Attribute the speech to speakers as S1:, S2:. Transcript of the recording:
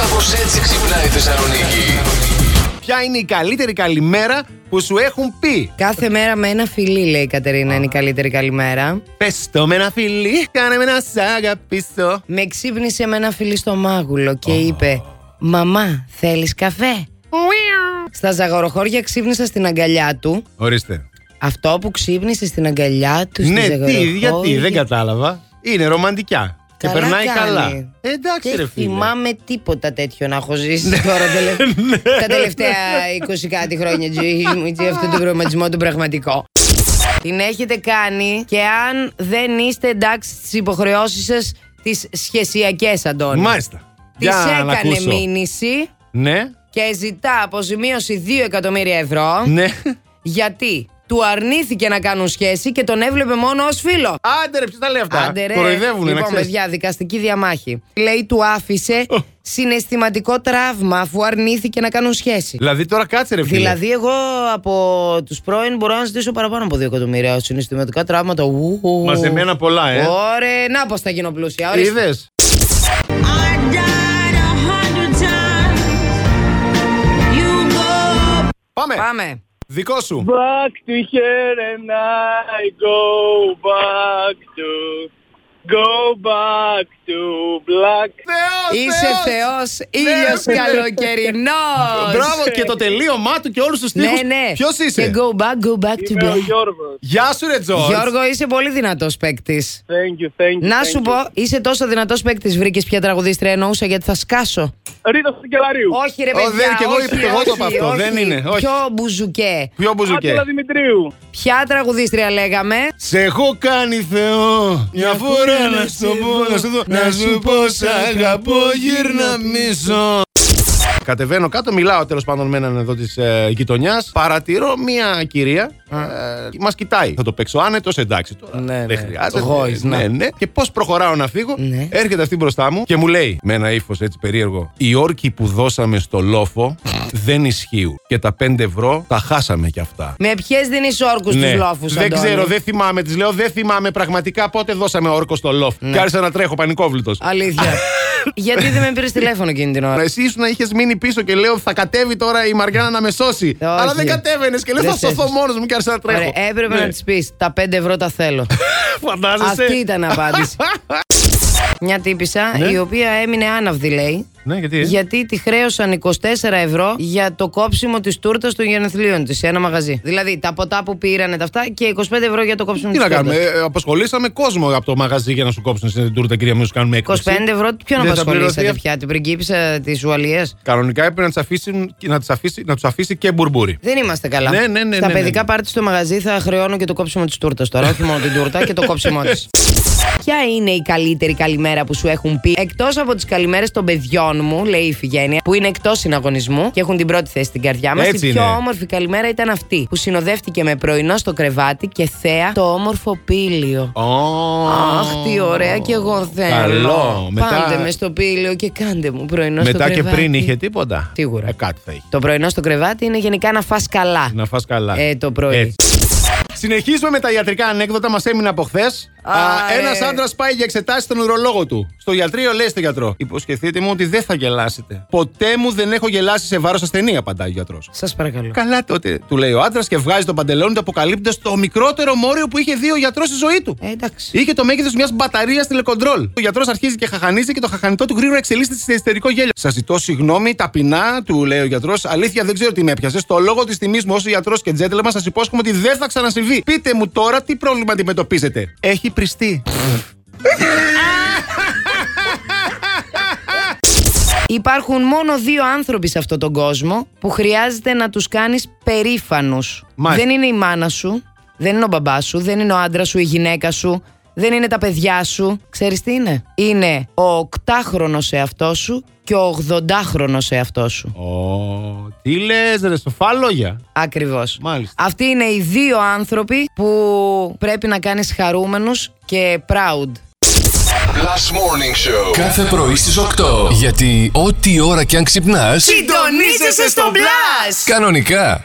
S1: Κάπως έτσι ξυπνάει η Θεσσαλονίκη.
S2: Ποια είναι η καλύτερη καλημέρα που σου έχουν πει.
S3: Κάθε μέρα με ένα φιλί, λέει η Κατερίνα, είναι η καλύτερη καλημέρα.
S2: Πες το με ένα φιλί, κάνε με να σ' αγαπήσω.
S3: Με ξύπνησε με ένα φιλί στο μάγουλο και είπε: Μαμά, θέλεις καφέ. Στα ζαγοροχώρια ξύπνησα στην αγκαλιά του.
S2: Ορίστε.
S3: Αυτό που ξύπνησε στην αγκαλιά του. στη
S2: ναι, τι,
S3: Ζαγοροχώρια.
S2: γιατί, δεν κατάλαβα. Είναι ρομαντικά. Και
S3: Καλά
S2: περνάει
S3: κάνει.
S2: καλά. Ε, εντάξει,
S3: Δεν
S2: ρε φίλε. Ναι,
S3: θυμάμαι τίποτα τέτοιο να έχω ζήσει τώρα τελε- τα τελευταία 20 κάτι χρόνια ζωής μου, τζι, αυτόν τον χρωματισμό τον πραγματικό. Την έχετε κάνει και αν δεν είστε εντάξει στις υποχρεώσεις σας, τις σχεσιακές, Αντώνη.
S2: Μάλιστα.
S3: Της
S2: Για να
S3: έκανε
S2: ακούσω.
S3: μήνυση
S2: Ναι,
S3: και ζητά αποζημίωση 2 εκατομμύρια ευρώ
S2: ναι.
S3: γιατί του αρνήθηκε να κάνουν σχέση και τον έβλεπε μόνο ως φίλο.
S2: Άντε ρε, ποιος τα λέει αυτά.
S3: Άντε ρε.
S2: Κοροϊδεύουνε, να
S3: λοιπόν,
S2: ξέρεις.
S3: παιδιά, δικαστική διαμάχη. Λέει, του άφησε συναισθηματικό τραύμα αφού αρνήθηκε να κάνουν σχέση.
S2: Δηλαδή τώρα κάτσε ρε φίλε.
S3: Δηλαδή, εγώ από τους πρώην μπορώ να ζητήσω παραπάνω από 2 εκατομμύρια. Συναισθηματικά τραύματα. ου, ου, ου.
S2: Μαζεμένα πολλά, ε.
S3: Ωρε, να πώ θα γίνω πλούσια. ορίστε.
S2: Είδες.
S4: I died a hundred times. You go
S2: Πάμε.
S3: Πάμε.
S2: Δικό σου.
S5: Back to here and I go back to Go back to black
S2: Ε. Θεός, Ε.
S3: Είσαι θεός, ήλιο καλοκαιρινός.
S2: Μπράβο και το τελείωμά του και όλους τους
S3: Ναι,
S2: στίχους.
S3: ναι.
S2: Ποιος είσαι.
S3: Και go back, go back to
S5: Είμαι ο
S3: black.
S5: Γιώργος
S2: Γεια σου ρε Τζόρτζ.
S3: Γιώργο, είσαι πολύ δυνατός παίκτης.
S5: Thank you, thank you
S3: Να
S5: thank
S3: σου
S5: you.
S3: πω, είσαι τόσο δυνατός παίκτης. Βρήκες ποια τραγουδίστρια εννοούσα γιατί θα σκάσω.
S5: Ρίτος του Κελαρίου
S3: Όχι, ρε
S2: Ω,
S3: παιδιά.
S2: δεν, κι εγώ-
S3: όχι,
S2: κι εγώ το
S3: όχι,
S2: είπα αυτό,
S3: όχι.
S2: δεν είναι, όχι.
S3: Ποιο μπουζουκέ.
S2: Ποιο μπουζουκέ.
S5: Άτελα Δημητρίου
S3: Ποια τραγουδίστρια λέγαμε.
S2: Σε έχω κάνει Θεό Μια φορά να σου πω Να σου, δω- να σου πω σ' αγαπώ γύρνα μίσο Κατεβαίνω κάτω, μιλάω τέλος πάντων με έναν εδώ της ε, γειτονιάς. Παρατηρώ μία κυρία. Ε, Μας κοιτάει. Θα το παίξω άνετος, εντάξει τώρα.
S3: Ναι,
S2: δεν
S3: ναι.
S2: χρειάζεται.
S3: Γόης,
S2: ναι,
S3: να.
S2: ναι. Και πώς προχωράω να φύγω,
S3: Ναι.
S2: έρχεται αυτή μπροστά μου και μου λέει με ένα ύφος έτσι περίεργο: Οι όρκοι που δώσαμε στο λόφο δεν ισχύουν. Και τα 5 ευρώ τα χάσαμε κι αυτά.
S3: Με ποιες δίνει όρκου ναι.
S2: Ναι.
S3: τους λόφους,
S2: Δεν ξέρω, δεν θυμάμαι. Τη λέω, δεν θυμάμαι πραγματικά πότε δώσαμε όρκο στο λόφ.
S3: Ναι.
S2: Και άρχισα να τρέχω πανικόβλητος.
S3: Αλήθεια. Γιατί δεν με πήρες τηλέφωνο εκείνη την ώρα.
S2: Εσύ ήσουν να είχες μείνει πίσω και λέω θα κατέβει τώρα η Μαριάννα να με σώσει. Αλλά δεν κατέβαινες και λέω
S3: Ε, Δεν
S2: θα σωθώ
S3: σέφεσαι.
S2: μόνος μου και άρχισα να τρέχω. Ναι.
S3: Ωραία, έπρεπε να της πεις τα 5 ευρώ τα θέλω.
S2: Φαντάζεσαι.
S3: Αυτή ήταν η απάντηση. Μια τύπησα η οποία έμεινε άναυδη, λέει.
S2: ναι, γιατί. ε?
S3: Γιατί τη χρέωσαν 24 ευρώ για το κόψιμο της τούρτας των γενεθλίων της σε ένα μαγαζί. Δηλαδή τα ποτά που πήρανε τα αυτά και 25 ευρώ για το κόψιμο
S2: Τι
S3: της
S2: να
S3: τούρτας.
S2: κάνουμε, ε, απασχολήσαμε κόσμο από το μαγαζί για να σου κόψουν στην τούρτα, κυρία μου, να σου κάνουμε
S3: 25
S2: έκπληξη.
S3: ευρώ, ποιο να
S2: Δεν θα
S3: απασχολήσατε
S2: πληρωθεί.
S3: πια, την πριγκίπισσα της Ουαλίας.
S2: Κανονικά έπρεπε να του αφήσει, να τους αφήσει, να τους αφήσει και μπουρμπούρι.
S3: Δεν είμαστε καλά.
S2: Ναι, ναι, ναι,
S3: Στα
S2: ναι, ναι.
S3: παιδικά πάρτι στο μαγαζί θα χρεώνω και το κόψιμο της τούρτας τώρα. Όχι μόνο την τούρτα και το κόψιμο της. Ποια είναι η καλύτερη καλημέρα που σου έχουν πει, εκτός από τις καλημέρες των παιδιών μου, λέει η Φιγένεια, που είναι εκτός συναγωνισμού και έχουν την πρώτη θέση στην καρδιά μας. Η
S2: Έτσι
S3: πιο
S2: είναι.
S3: όμορφη καλημέρα ήταν αυτή, που συνοδεύτηκε με πρωινό στο κρεβάτι και θέα το όμορφο πήλιο.
S2: Ω.
S3: Αχ, τι ωραία και εγώ θέλω.
S2: Καλό. Μετά-
S3: Πάντε με στο πήλιο και κάντε μου πρωινό στο
S2: Μετά
S3: κρεβάτι.
S2: και πριν είχε τίποτα.
S3: Σίγουρα.
S2: Ε, κάτι θα είχε.
S3: Το πρωινό στο κρεβάτι είναι γενικά να φας καλά.
S2: Να φας καλά.
S3: Ε, το πρωί.
S2: Έτσι. Συνεχίζουμε με τα ιατρικά ανέκδοτα. Μας έμεινε από χθες.
S3: Άρε.
S2: Ένας άντρας πάει για εξετάσεις στον ουρολόγο του. Στο γιατρείο λέει στον γιατρό: Υποσχεθείτε μου ότι δεν θα γελάσετε. Ποτέ μου δεν έχω γελάσει σε βάρος ασθενή, απαντάει ο γιατρός.
S3: Σας παρακαλώ.
S2: Καλά τότε, του λέει ο άντρας και βγάζει τον παντελόνι του αποκαλύπτοντας το μικρότερο μόριο που είχε δει ο γιατρός στη ζωή του.
S3: Ε, εντάξει.
S2: Είχε το μέγεθος μιας μπαταρίας τηλεκοντρόλ. Ο γιατρός αρχίζει και χαχανίζει και το χαχανιτό του γρήγορα εξελίσσεται σε ιστερικό γέλιο. Σας ζητώ συγγνώμη, ταπεινά, του λέει ο γιατρός. Αλήθεια, δεν ξέρω τι με έπιασες. Στο λόγο της τιμής μου ως γιατρός και τζέντελμα, σας υπόσχομαι ότι δεν θα ξανασυμβεί. Πείτε μου τώρα τι πρόβλημα αντιμετωπίζετε. Έχει πριστεί.
S3: Υπάρχουν μόνο δύο άνθρωποι σε αυτόν τον κόσμο που χρειάζεται να τους κάνεις περήφανους.
S2: Μάλιστα.
S3: Δεν είναι η μάνα σου, δεν είναι ο μπαμπάς σου, δεν είναι ο άντρας σου, η γυναίκα σου, δεν είναι τα παιδιά σου. Ξέρεις τι είναι? Είναι ο 8χρονος εαυτός σου και ο 80χρονος εαυτός σου.
S2: Ω, τι λες, ρε, σοφά λόγια.
S3: Ακριβώς.
S2: Μάλιστα.
S3: Αυτοί είναι οι δύο άνθρωποι που πρέπει να κάνεις χαρούμενους και proud.
S1: Last Morning Show.
S6: Κάθε πρωί στις 8. Γιατί ό,τι ώρα κι αν ξυπνάς,
S3: Συντονίζεσαι στο Blast!
S6: κανονικά.